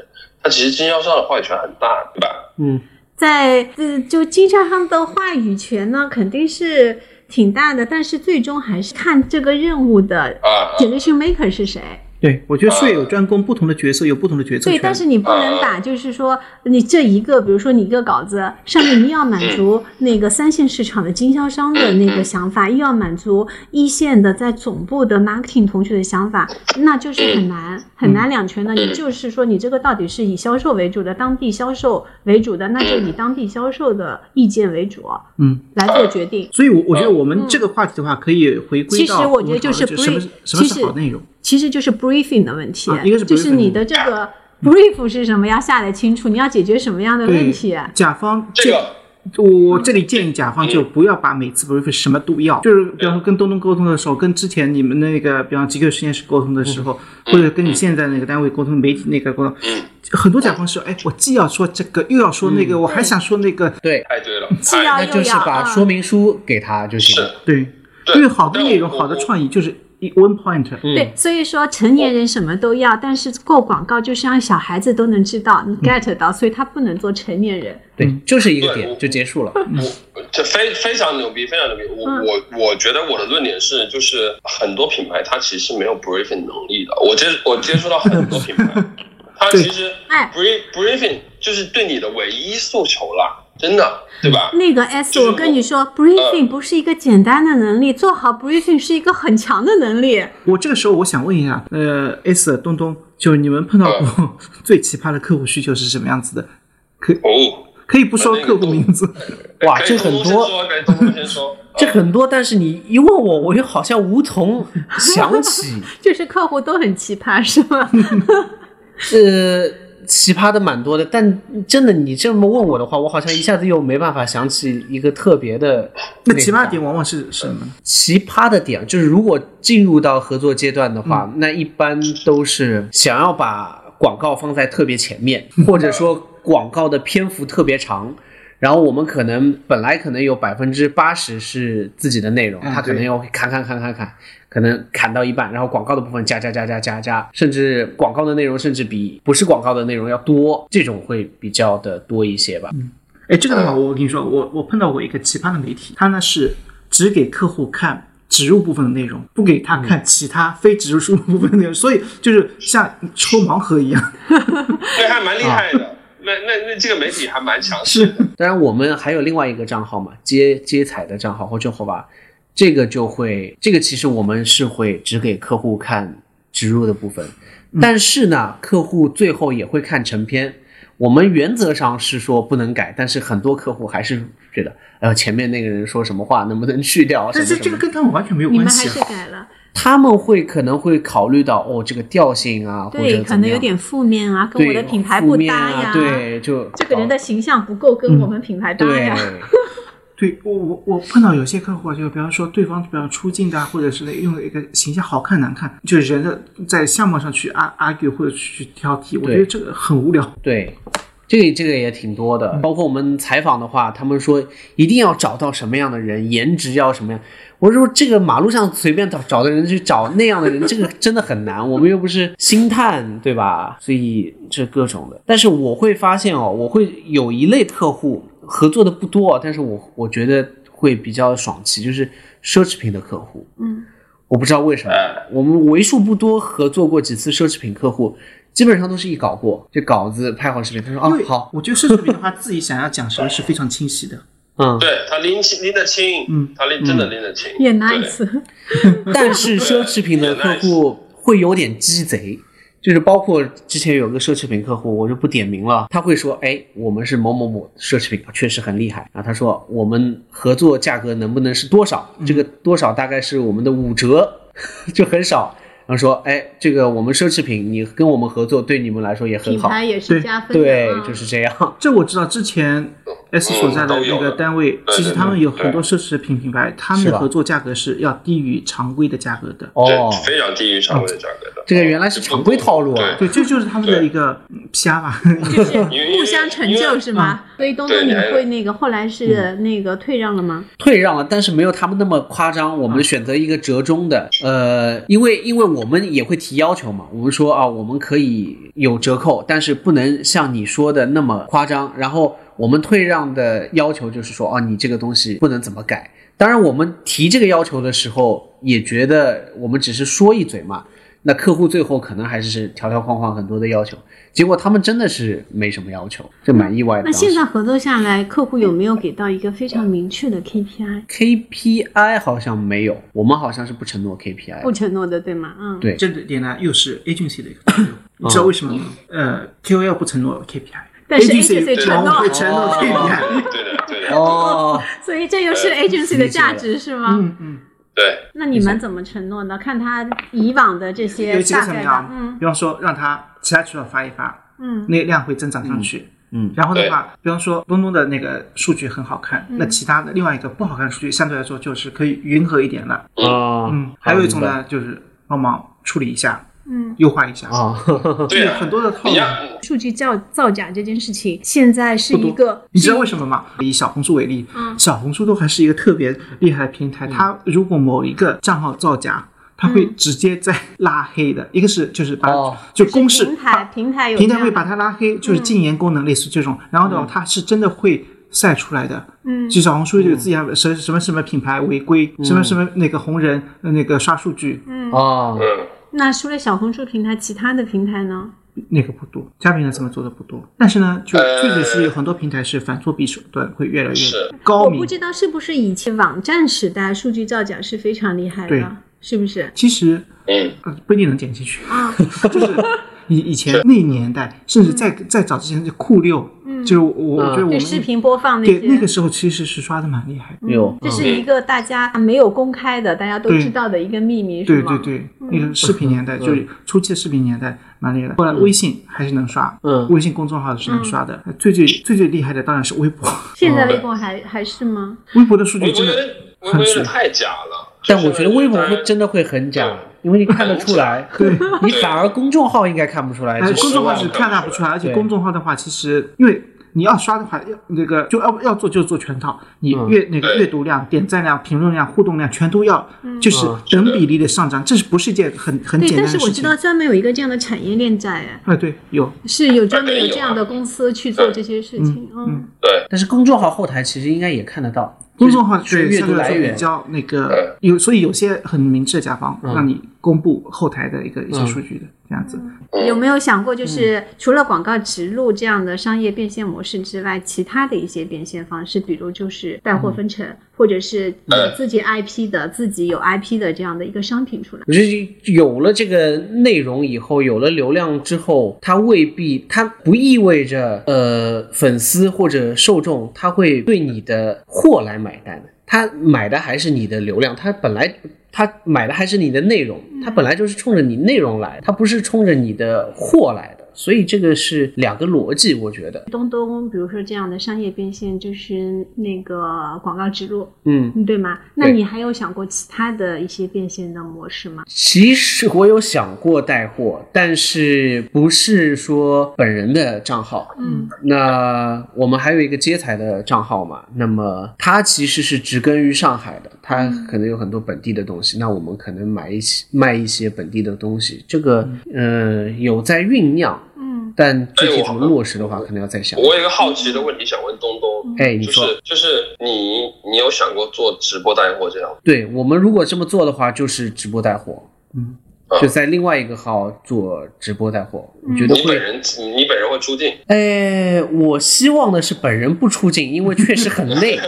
它其实经销商的话语权很大，对吧？
嗯，
在呃，就经销商的话语权呢，肯定是挺大的，但是最终还是看这个任务的
啊，
decision maker 是谁。
对，我觉得术业有专攻，不同的角色有不同的决策
对，
权。
但是你不能把就是说你这一个，比如说你一个稿子上面你要满足那个三线市场的经销商的那个想法，又要满足一线的在总部的 marketing 同学的想法，那就是很难很难两全的。你就是说你这个到底是以销售为主的，当地销售为主的，那就以当地销售的意见为主
嗯，
来做决定。
所以我，我觉得我们这个话题的话，可以回归到
嗯其实我觉得就是
们讨论
brief-
什么是什
其实
么是好内容。
其实就是 briefing 的问题，
啊一个是 briefing
就是你的这个 brief 是什么，要下得清楚，你要解决什么样的问
对
题。，
甲方
这个
我我这里建议甲方就不要把每次 brief 什么都要，就是比方说跟东东沟通的时候，跟之前你们那个比方 GQ 实验室沟通的时候，或者跟你现在那个单位沟通媒体那个沟通，很多甲方是哎，我既要说这个又要说那个，我还想说那个，
对，
太对了，
是啊
太
那就是把说明书给他就行
是
了。
对，
对
因为好的
但
内容、
我
好的
我
创意就是一 one point，
对，所以说成年人什么都要，但是做广告就是让小孩子都能知道，
嗯
你 get 到，所以他不能做成年人。
对，就是一个
对
点
我
就结束了。
这非非常牛逼，非常牛逼。我、
嗯
我我觉得我的论点是，就是很多品牌它其实没有 briefing 能力的。我接我接触到很多品牌，它其实
哎
brief briefing 就是对你的唯一诉求啦，真的，对吧？
那个 S，
就是
我跟你
嗯
说，briefing 不是一个简单的能力，做好 briefing 是一个很强的能力。
我这个时候我想问一下，呃，S 东东，就你们碰到过 最奇葩的客户需求是什么样子的？
哦，
可以不说客户名字，
哇，
可以
这很
东东
多。
先说，可以东东先说 嗯
这很多，但是你一问我，我又好像无从想起。 啊
就是客户都很奇葩，是吗？
是奇葩的蛮多的，但真的你这么问我的话，我好像一下子又没办法想起一个特别的
那
个
奇葩
啥
点往往是什么呢？
奇葩的点，就是如果进入到合作阶段的话，
嗯
那一般都是想要把广告放在特别前 面，或者说广告的篇幅特别长。然后我们可能本来可能有百分之八十是自己的内容，
嗯
他可能
对
要砍砍砍砍砍，可能砍到一半，然后广告的部分加加加加加加，甚至广告的内容甚至比不是广告的内容要多，这种会比较的多一些吧。
哎，这个的话，我跟你说，我我碰到过一个奇葩的媒体，他呢是只给客户看植入部分的内容，不给他看其他非植入部分的内容，所以就是像抽盲盒一样。
那还蛮厉
啊
害的。那那那这个媒体还蛮强势
是
的，
当然，我们还有另外一个账号嘛，接接彩的账号或者火吧，这个就会，这个其实我们是会只给客户看植入的部分，
嗯
但是呢，客户最后也会看成片。我们原则上是说不能改，但是很多客户还是觉得，呃，前面那个人说什么话能不能去掉啊？什
但
么什
是
么
这个跟他们完全没有
你们
关
还
系
是
啊。
改了，
他们会可能会考虑到，哦，这个调性啊，或者
对，可
怎么
能有
样
点负面啊，跟
对
我的品牌
负
不
面
搭
啊
呀。
对，就哦
这个人的形象不够跟我们品牌搭
对
呀。
对我我我碰到有些客户啊，就比方说对方比方出镜的啊，或者是用一个形象好看难看，就人的在相貌上去 ar argue 或者去挑剔，我
对
觉得这个很无聊。
对，这个这个也挺多的。包括我们采访的话，他们说一定要找到什么样的人，颜值要什么样。我说这个马路上随便找找的人去找那样的人，这个真的很难。我们又不是星探，对吧？所以这各种的。但是我会发现哦，我会有一类客户合作的不多，但是我我觉得会比较爽气，就是奢侈品的客户。
嗯，
我不知道为什么
哎，
我们为数不多合作过几次奢侈品客户，基本上都是一稿过，这稿子拍好视频，他说啊
因为
好，
我觉得奢侈品的话，自己想要讲什么是非常清晰的。
嗯，
对他拎起拎得清，
嗯
他拎真的拎得清，
也
对
nice，
但是奢侈品的客户会有点鸡贼。就是包括之前有个奢侈品客户，我就不点名了，他会说：“哎，我们是某某某奢侈品，啊确实很厉害。”然后他说：“我们合作价格能不能是多少？这个多少大概是我们的五折，就很少。”然后说：“哎，这个我们奢侈品，你跟我们合作，对你们来说也很
品
好。
牌也是加”分的
对
啊。，
就是这样。
这我知道，之前 S 所在的那个单位，
嗯都有
其
的
实他们
对对对
有很多奢侈品品牌，他们
是
的
吧
合作价格是要低于常规的价格的。
哦，嗯
对，非常低于常规的价格的。
这个原来是常规套路啊
对，
对，这就是他们的一个嗯 PR 吧。
就是
因为
互相成就
因
是吗？
嗯
所以东东
对
你
你还
会那个后来是那个退让了吗？
退让了，但是没有他们那么夸张。我
啊
们选择一个折中的，呃，因为因为我们也会提要求嘛，我们说啊，我们可以有折扣，但是不能像你说的那么夸张。然后我们退让的要求就是说，啊，你这个东西不能怎么改。当然，我们提这个要求的时候，也觉得我们只是说一嘴嘛。那客户最后可能还是条条框框很多的要求，结果他们真的是没什么要求，这蛮意外的。
嗯
那
当时
现在合作下来，客户有没有给到一个非常明确的 KPI？
KPI 好像没有，我们好像是不承诺 KPI
不
的。
承诺的，对吗？嗯，
对
这点呢，又是 agency 的一个
哦
作用。你知道为什么吗？呃，KOL 不承诺 KPI，
但是
agency
agency 承
常
诺
会，承诺
哦
KPI。
对对的，对的，
哦，
所以这又是 agency 的价值是吗？
嗯嗯，
对。
那你们怎么承诺呢？看他以往的这
有
些
几个
大
层
概
面
的，
啊
嗯，
比方说让他其他渠道发一发，
嗯，
那量会增长上去。
嗯，
然后的话，比方说东东的那个数据很好看，
嗯
那其他的另外一个不好看的数据相对来说就是可以匀和一点了。
哦，
嗯，还有一种
好
呢，就是帮忙处理一下，
嗯，
优化一下，
明白？哦，
就是
对啊
很多的套
你
路。
要
数据造造假这件事情，现在是一个
你知道为什么吗？以小红书为例，
嗯
小红书都还是一个特别厉害的平台，它如果某一个账号造假，它会
嗯
直接在拉黑的。一个是就是把、
哦
就公示
平台平台有嗯
平台
这样
会把它拉黑，就是禁言功能，类似这种。然后的话，它是真的会晒出来的。
嗯
就小红书有自己的什什么什么品牌违规，什么什么那个红人呃那个刷数据，
哦，
嗯，
那除了小红书平台，其他的平台呢？
那个不多，嘉平台这么做的不多。但是呢，就
呃
确实是有很多平台是反作弊手段会越来
是
越高
嗯我
明
不。知道是不是以前网站时代数据造假是非常厉害
对
的，是不是？
其实
嗯，
呃不一定能点进去。
啊，
就是以以前那一年代，甚至在在早之前就酷六，
嗯
就是我我觉得我
就
们
视频播放那些
对，那个时候其实是刷的蛮厉害的。
有
这是一个大家没有公开的，大家都
对
知道的一个秘密，是
对
吗？嗯
对对，那个视频年代就是初期的视频年代蛮厉害的，后来微信还是能刷，
嗯
微信公众号是能刷的。最最最最厉害的当然是微博，
现在微博还还是吗？
微博的数据
微博
真
有
的
点微博有点太假了。
但我觉得微博
会
会真的会很
嗯
假，因为你看得出来，你反而公众号应该看不出来。
哎，
这是
公众号是
的
看大不出来，而且
对
公众号的话，其实因为你要刷的话，要那个就要要做就做全套，你
嗯
阅那个
对
阅读量、点赞量、评论量、互动量全都要，就是
嗯
等比例的上涨，这是不是一件很很
对，
简单
但
的
是
事
我
情？
知道专门有一个这样的产业链在，哎，
啊，对，有，
是有专门
哎
有
有啊
这样的公司去做这些事情，嗯
嗯，
对，
但是公众号后台其实应该也看得到。
公众号
就是
对
阅
相
读
对
来
来说
源呃
比，较那个有，所以有些很明智的甲方
嗯
让你公布后台的一个一些数据的这样子。
嗯
有没有想过，就是除了广告植入这样的商业变现模式之外，其他的一些变现方式，比如就是带
嗯
货分成，或者是有自己 IP 的、自己有 IP 的这样的一个商品出来？
我觉得有了这个内容以后，有了流量之后，它未必，它不意味着呃粉丝或者受众他会对你的货来买单，他买的还是你的流量，他本来他买的还是你的内容，他本来就是冲着你内容来，他不是冲着你的货来的，所以这个是两个逻辑，我觉得，
东东，比如说这样的商业变现，就是那个广告植入，
嗯。
对吗？那
对
你还有想过其他的一些变现的模式吗？
其实我有想过带货，但是不是说本人的账号，
嗯
那我们还有一个接财的账号嘛，那么它其实是植根于上海的，它可能有很多本地的东西，那我们可能买一些卖一些本地的东西，这个呃有在酝酿，
嗯
但具
哎
体
我
怎么落实的话，可能要再想。
我有一个好奇的问题想问东东，
哎，你
就
说，
是就是你你有想过做直播带货这样吗？
对我们如果这么做的话，就是直播带货，
嗯，
啊
就在另外一个号做直播带货，我觉得
你
会
本人你本人会出镜，
哎，我希望的是本人不出镜，因为确实很 累，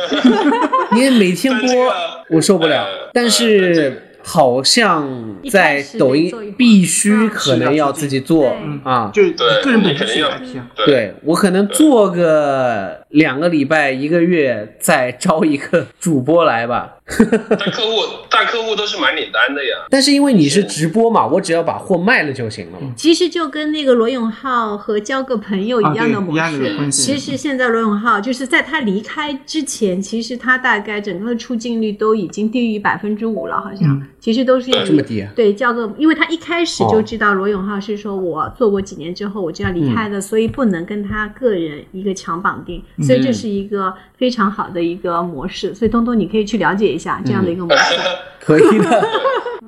因为每天
但这
播
个
我受不了
呃。
但
呃这个
是好像在抖音
一开始得做一波
必须可能要自己做
嗯
啊。
就你
对
个人本
你
身
肯定
是有
要
IP 啊，
对
对我可能做个两个礼拜、一个月，再招一个主播来吧。
但客户但客户都是买你单的呀。
但是因为你是直播嘛，我只要把货卖了就行了
嗯
嘛。
其实就跟那个罗永浩和交个朋友一样的
啊对
模
一样的
式。
关系
其实现在罗永浩就是在他离开之前，其实他大概整个的出镜率都已经低于百分之五了，好像、
嗯
其实都是
对
这么低啊
对，交个，因为他一开始就知道罗永浩是说我做过几年之后我就要离开的，所以不能跟他个人一个强绑定，所以这是一个非常好的一个模式。所以东东，你可以去了解一下这样的一个模式。
可以 的。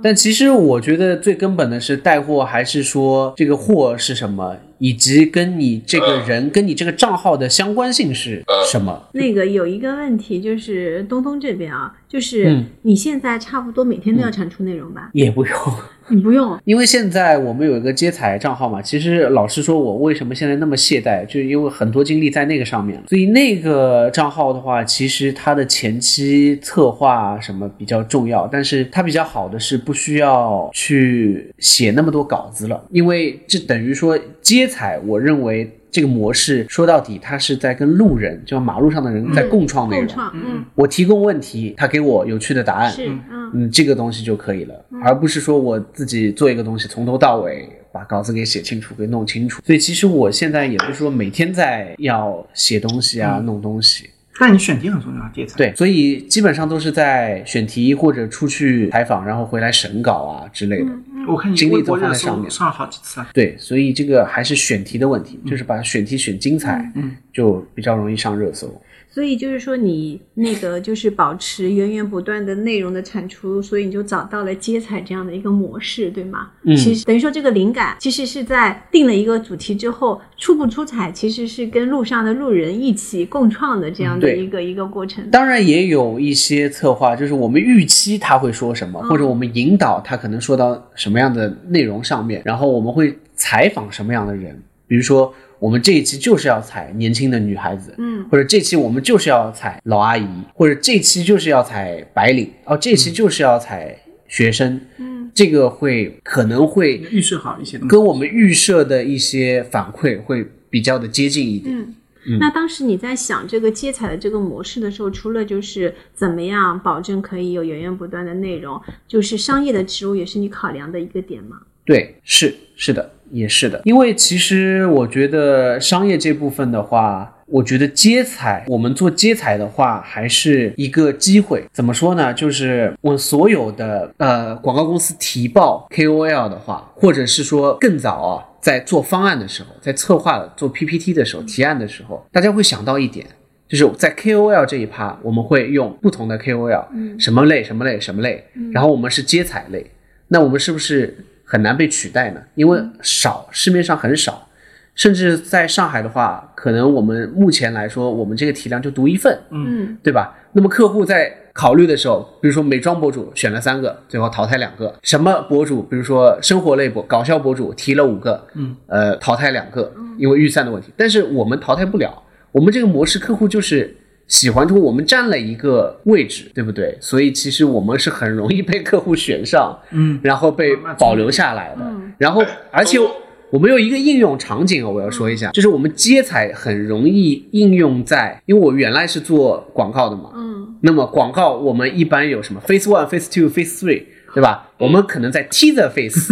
但其实我觉得最根本的是带货，还是说这个货是什么，以及跟你这个
呃
人、跟你这个账号的相关性是什么。
那个有一个问题就是东东这边啊，就是
嗯
你现在差不多每天都要产出内容吧？
也不用，
你不用，
因为现在我们有一个接财账号嘛。其实老实说，我为什么现在那么懈怠，就是因为很多精力在那个上面了。所以那个账号的话，其实它的前期策划啊什么比较重要，但是它比较好的是不需要去写那么多稿子了，因为这等于说接财，我认为。这个模式说到底，它是在跟路人，就马路上的人在共创内容
共。创，嗯，
我提供问题，他给我有趣的答案，
是，嗯，
嗯，这个东西就可以了，而不是说我自己做一个东西从头到尾把稿子给写清楚，给弄清楚。所以其实我现在也不是说每天在要写东西啊，弄东西。
但你选题很重要，题材。
对，所以基本上都是在选题或者出去采访，然后回来审稿啊之类的。
我看你
精力
微
都
博
放
热
在上
搜
面
上了好几次啊了。
对，所以这个还是选题的问题，就是把选题选精彩，
嗯，
就比较容易上热搜。
所以就是说你那个就是保持源源不断的内容的产出，所以你就找到了接彩这样的一个模式，对吗？
嗯
其实等于说这个灵感其实是在定了一个主题之后，出不出彩其实是跟路上的路人一起共创的这样的
嗯对
一个、一个过程。
当然也有一些策划，就是我们预期他会说什么，
嗯
或者我们引导他可能说到什么样的内容上面，然后我们会采访什么样的人，比如说我们这一期就是要采年轻的女孩子。
嗯，
或者这期我们就是要采老阿姨，或者这期就是要采白领，哦，这期就是要采学生，
嗯，
这个会可能会
预设好一些东西。
跟我们预设的一些反馈会比较的接近一点。
嗯，那当时你在想这个接彩的这个模式的时候，除了就是怎么样保证可以有源源不断的内容，就是商业的植入也是你考量的一个点吗？
对，是是的，也是的。因为其实我觉得商业这部分的话，我觉得接彩，我们做接彩的话，还是一个机会。怎么说呢？就是我所有的呃广告公司提报 KOL 的话，或者是说更早啊，在做方案的时候，在策划做 PPT 的时候、提案的时候，大家会想到一点。就是在 KOL 这一趴，我们会用不同的 KOL，、
嗯
什么类、什么类、什么类，然后我们是接彩类，那我们是不是很难被取代呢？因为少，市面上很少，甚至在上海的话，可能我们目前来说，我们这个体量就独一份，
嗯
对吧？那么客户在考虑的时候，比如说美妆博主选了三个，最后淘汰两个；什么博主，比如说生活类博、搞笑博主提了五个，
嗯，
呃，淘汰两个，因为预算的问题。但是我们淘汰不了，我们这个模式客户就是喜欢通过我们占了一个位置，对不对？所以其实我们是很容易被客户选上，
嗯，
然后被保留下来的。然
哎
后，而且我们有一个应用场景哦，我要说一下，就是我们接彩很容易应用在，因为我原来是做广告的嘛，
嗯
那么广告我们一般有什么 Face One、Face Two、Face Three，对吧？我们可能在 Teaser Face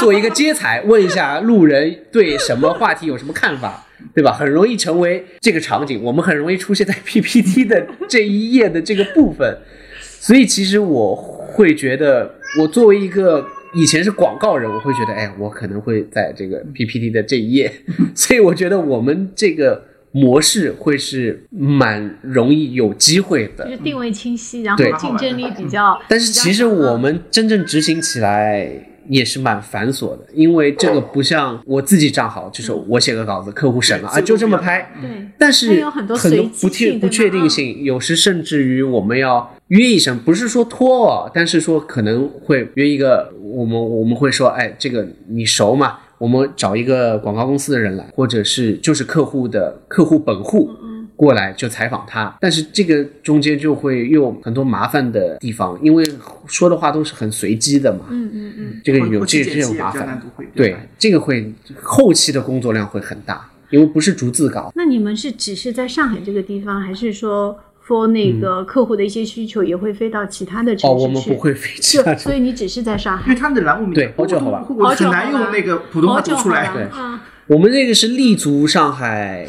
做一个接彩，问一下路人对什么话题有什么看法，对吧？很容易成为这个场景，我们很容易出现在 PPT 的这一页的这个部分。所以其实我会觉得，我作为一个以前是广告人，我会觉得，哎，我可能会在这个 PPT 的这一页，所以我觉得我们这个模式会是蛮容易有机会的
就。是定位清晰，然后
对
竞争力比较。
但是其实我们真正执行起来也是蛮繁琐的，因为这个不像我自己账号，就是我写个稿子，客户审了啊，就这么拍。
对，
但是
它有很多随机
不
性嗯
确
对吧
不确定性，有时甚至于我们要约一声，不是说拖哦，但是说可能会约一个，我们我们会说，哎，这个你熟嘛？我们找一个广告公司的人来，或者是就是客户的客户本户，
嗯
过来就采访他，但是这个中间就会又有很多麻烦的地方，因为说的话都是很随机的嘛，
嗯嗯嗯，
这个
会
有
会
这
去
这
剪
种
辑
麻
比较难
烦，
度会
对，这个会后期的工作量会很大，因为不是逐字稿，
那你们是只是在上海这个地方，还是
嗯
说 for 那个客户的一些需求也会飞到其他的城
哦，
市去？
我们不会飞机
就
啊，
所以你只是在上
因为
海，
他们的栏目名
对好久好吧
我很难用那个普通话
好
读
久
出来，
对
嗯，
我们这个是立足上海，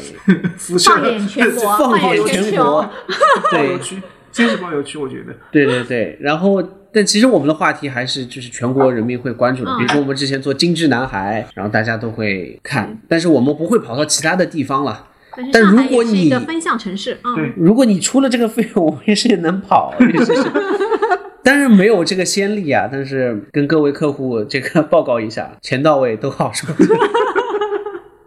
辐射
放眼 全国，
放
眼
眼全国，
包邮
对
区，先是包邮区，我觉得
对 对对，然后。但其实我们的话题还是就是全国人民会关注的，比如说我们之前做精致男孩，然后大家都会看，但是我们不会跑到其他的地方了，
但
但
是上
如
海也
果
是一个
你
分项城市，嗯
对，
如果你出了这个费用，我们也是能 跑，也是是。但是没有这个先例啊，但是跟各位客户这个报告一下，钱到位都好 说。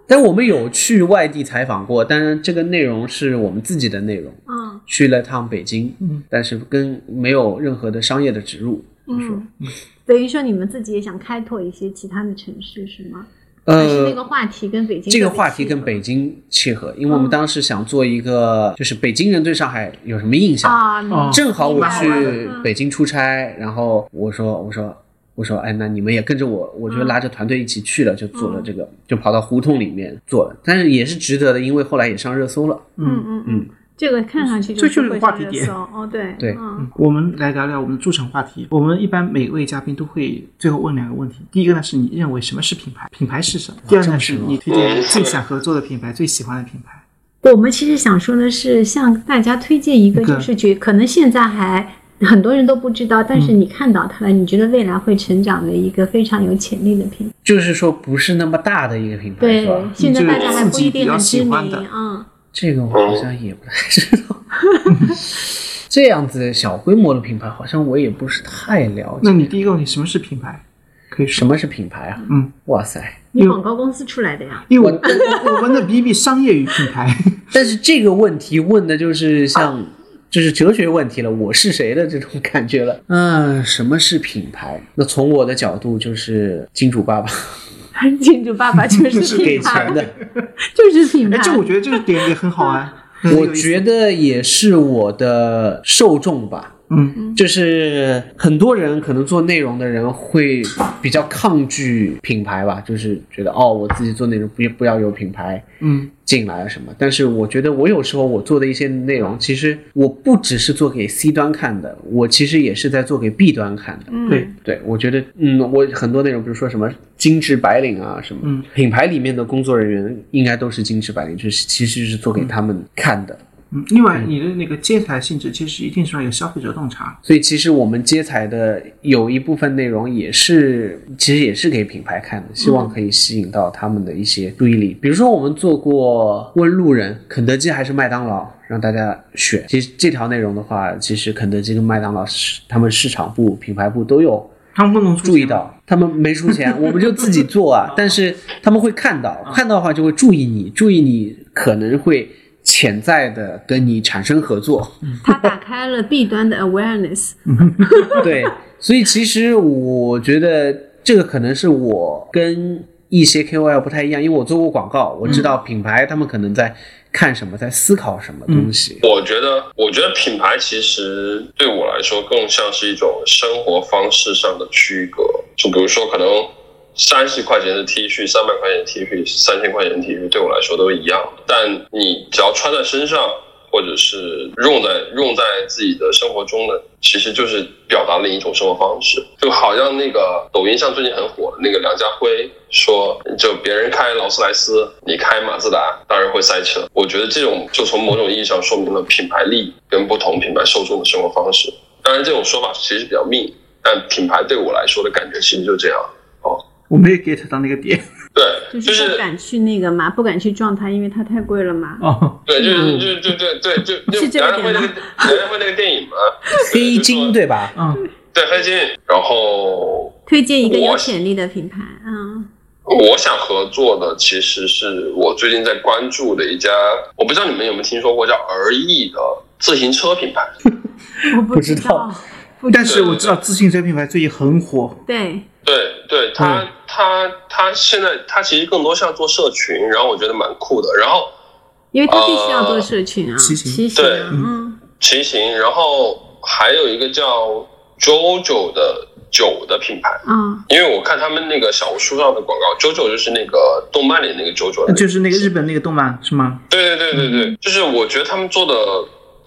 但我们有去外地采访过，但是这个内容是我们自己的内容，
嗯
去了趟北京，
嗯，
但是跟没有任何的商业的植入，
嗯，等于说你们自己也想开拓一些其他的城市是吗？还是那
呃
个。话题跟北京
这个
特别
话题
契
跟
合
北京契合，因为我
嗯
们当时想做一个，就是北京人对上海有什么印象
啊，
哦
正好我去
嗯
北京出差，然后我说我说我说哎，那你们也跟着我，我就拉着团队一起去了，就做了这
嗯
个，就跑到胡同里面做了，但是也是值得的，因为后来也上热搜了。
嗯
嗯。
嗯嗯
嗯，
这个看上去
这
是
就是
会
话
上
题
热
点
搜哦，对
对
嗯
嗯，我们来聊聊我们的驻场话题。我们一般每位嘉宾都会最后问两个问题。第一个呢，是你认为什么是品牌？品牌是什么？第二
这
呢，
么
是
深啊
你推荐最想合作的品牌、最喜欢的品牌。
我们其实想说的是，向大家推荐一个，
一个
就是觉可能现在还很多人都不知道，但是你看到它了，你觉得未来会成长为一个非常有潜力的品牌。
就是说不是那么大的一个品牌，
对
是吧？，
现在大家还不
就是
一
自己比
定
较
很知
喜欢
名
的，
嗯，
这个我好像也不太知道。 这样子的小规模的品牌，好像我也不是太了
那
解。
你第一个问题，什么是品牌？可以
什
说，
么是品牌啊？
嗯，
哇塞！
你广告公司出来的呀，
因为 我我我们的比一比商业与品 牌。
但是这个问题问的就是像，就是哲学问题了，我是谁的这种感觉了。嗯，什么是品牌？那从我的角度就是金主爸爸
金主爸爸就
是
是
给
品牌
钱，的，
就是品牌
哎，，这我啊 嗯觉得这个点也很好玩。很有
我
意思
觉得也是我的受众吧。
嗯
就是很多人可能做内容的人会比较抗拒品牌吧，就是觉得哦，我自己做内容不不要有品牌
嗯
进来啊什么。但是我觉得我有时候我做的一些内容，其实我不只是做给 C 端看的，我其实也是在做给 B 端看的。
嗯，
对，
对，我觉得，嗯，我很多内容，比如说什么精致白领啊，什么、
嗯
品牌里面的工作人员，应该都是精致白领，就是其实是做给他们看的。
嗯，另外你的那个接台性质，其实一定是要有消费者洞察，
所以其实我们接彩的有一部分内容也是，其实也是给品牌看的，希望可以吸引到他们的一些注意力。比如说我们做过问路人，肯德基还是麦当劳，让大家选。其实这条内容的话，其实肯德基跟麦当劳是他们市场部、品牌部都有
他们不能出
注意
现吗，
到，他们没出钱，我们就自己做啊。 但是他们会看到，看到的话就会注意你，注意你可能会潜在的跟你产生合作。
它打开了 B 端的 awareness，
对，所以其实我觉得这个可能是我跟一些 KOL 不太一样，因为我做过广告，我知道品牌他们可能在看什么，在思考什么东西。
我觉得，我觉得品牌其实对我来说更像是一种生活方式上的区隔。就比如说，可能三十块钱的 T 恤、三百块钱的 T 恤、三千块钱的 T 恤，对我来说都一样。但你只要穿在身上，或者是用在用在自己的生活中呢，其实就是表达另一种生活方式。就好像那个抖音上最近很火的那个梁家辉说，就别人开劳斯莱斯，你开马自达，当然会塞车。我觉得这种就从某种意义上说明了品牌力跟不同品牌受众的生活方式。当然，这种说法其实比较密，但品牌对我来说的感觉其实就这样。
我没有 get 到那个点
对，
就
就是
不
是
敢去那个嘛，不敢去撞它，因为它太贵了嘛。
哦，
对，就是就就就对就就是
这
梁
个点
家辉
吗
那个梁家辉那个电影嘛，
黑金
对
对吧？
嗯
对黑金，然后
推荐一个有
我
潜力的品牌，嗯，
我想合作的其实是我最近在关注的一家，我不知道你们有没有听说过叫儿艺的自行车品牌。
我不
不知道
道，不知
但是我知道自行车品牌最近很火，
对，
对对，他他他现在他其实更多像做社群，然后我觉得蛮酷的。然后
因为它必须要做社群啊，
呃
骑
骑
行
行
对
啊，嗯，
骑行，然后还有一个叫 JoJo 的酒的品牌，
啊，
因为我看他们那个小红书上的广告，JoJo 就是那个动漫里那个 JoJo，的那个
就是那个日本那个动漫是吗？
对对对对对，就是我觉得他们做的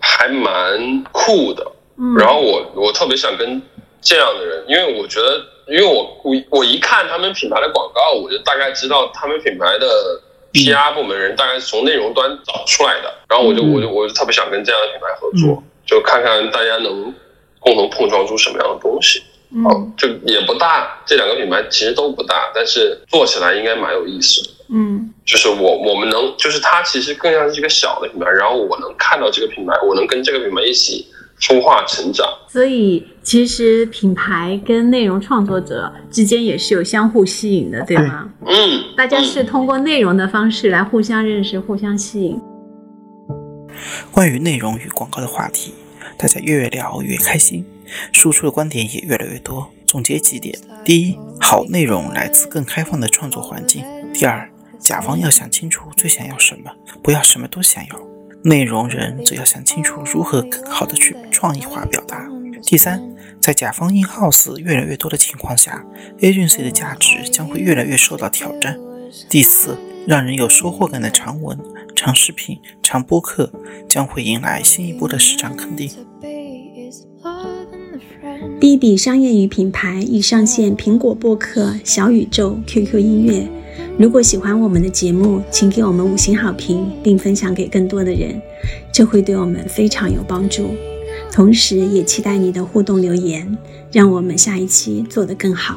还蛮酷的。
嗯，
然后我我特别想跟这样的人，因为我觉得，因为我我我一看他们品牌的广告，我就大概知道他们品牌的 PR 部门人大概是从内容端找出来的。然后我就我就我就特别想跟这样的品牌合作，就看看大家能共同碰撞出什么样的东西。
嗯
就也不大，这两个品牌其实都不大，但是做起来应该蛮有意思的。
嗯
就是我我们能，就是它其实更像是一个小的品牌，然后我能看到这个品牌，我能跟这个品牌一起孵化成长。
所以其实品牌跟内容创作者之间也是有相互吸引的，对吗？
嗯，
大家是通过内容的方式来互相认识、互相吸引。
关于内容与广告的话题，大家越聊越开心，输出的观点也越来越多。总结几点：第一，好内容来自更开放的创作环境；第二，甲方要想清楚最想要什么，不要什么都想要；内容人则要想清楚如何更好的去创意化表达。第三，在甲方 in house 越来越多的情况下，agency 的价值将会越来越受到挑战。第四，让人有收获感的长文、长视频、长播客将会迎来新一波的市场肯定。
滴滴商业与品牌已上线苹果播客、小宇宙、QQ 音乐。如果喜欢我们的节目，请给我们五星好评，并分享给更多的人，这会对我们非常有帮助。同时，也期待你的互动留言，让我们下一期做得更好。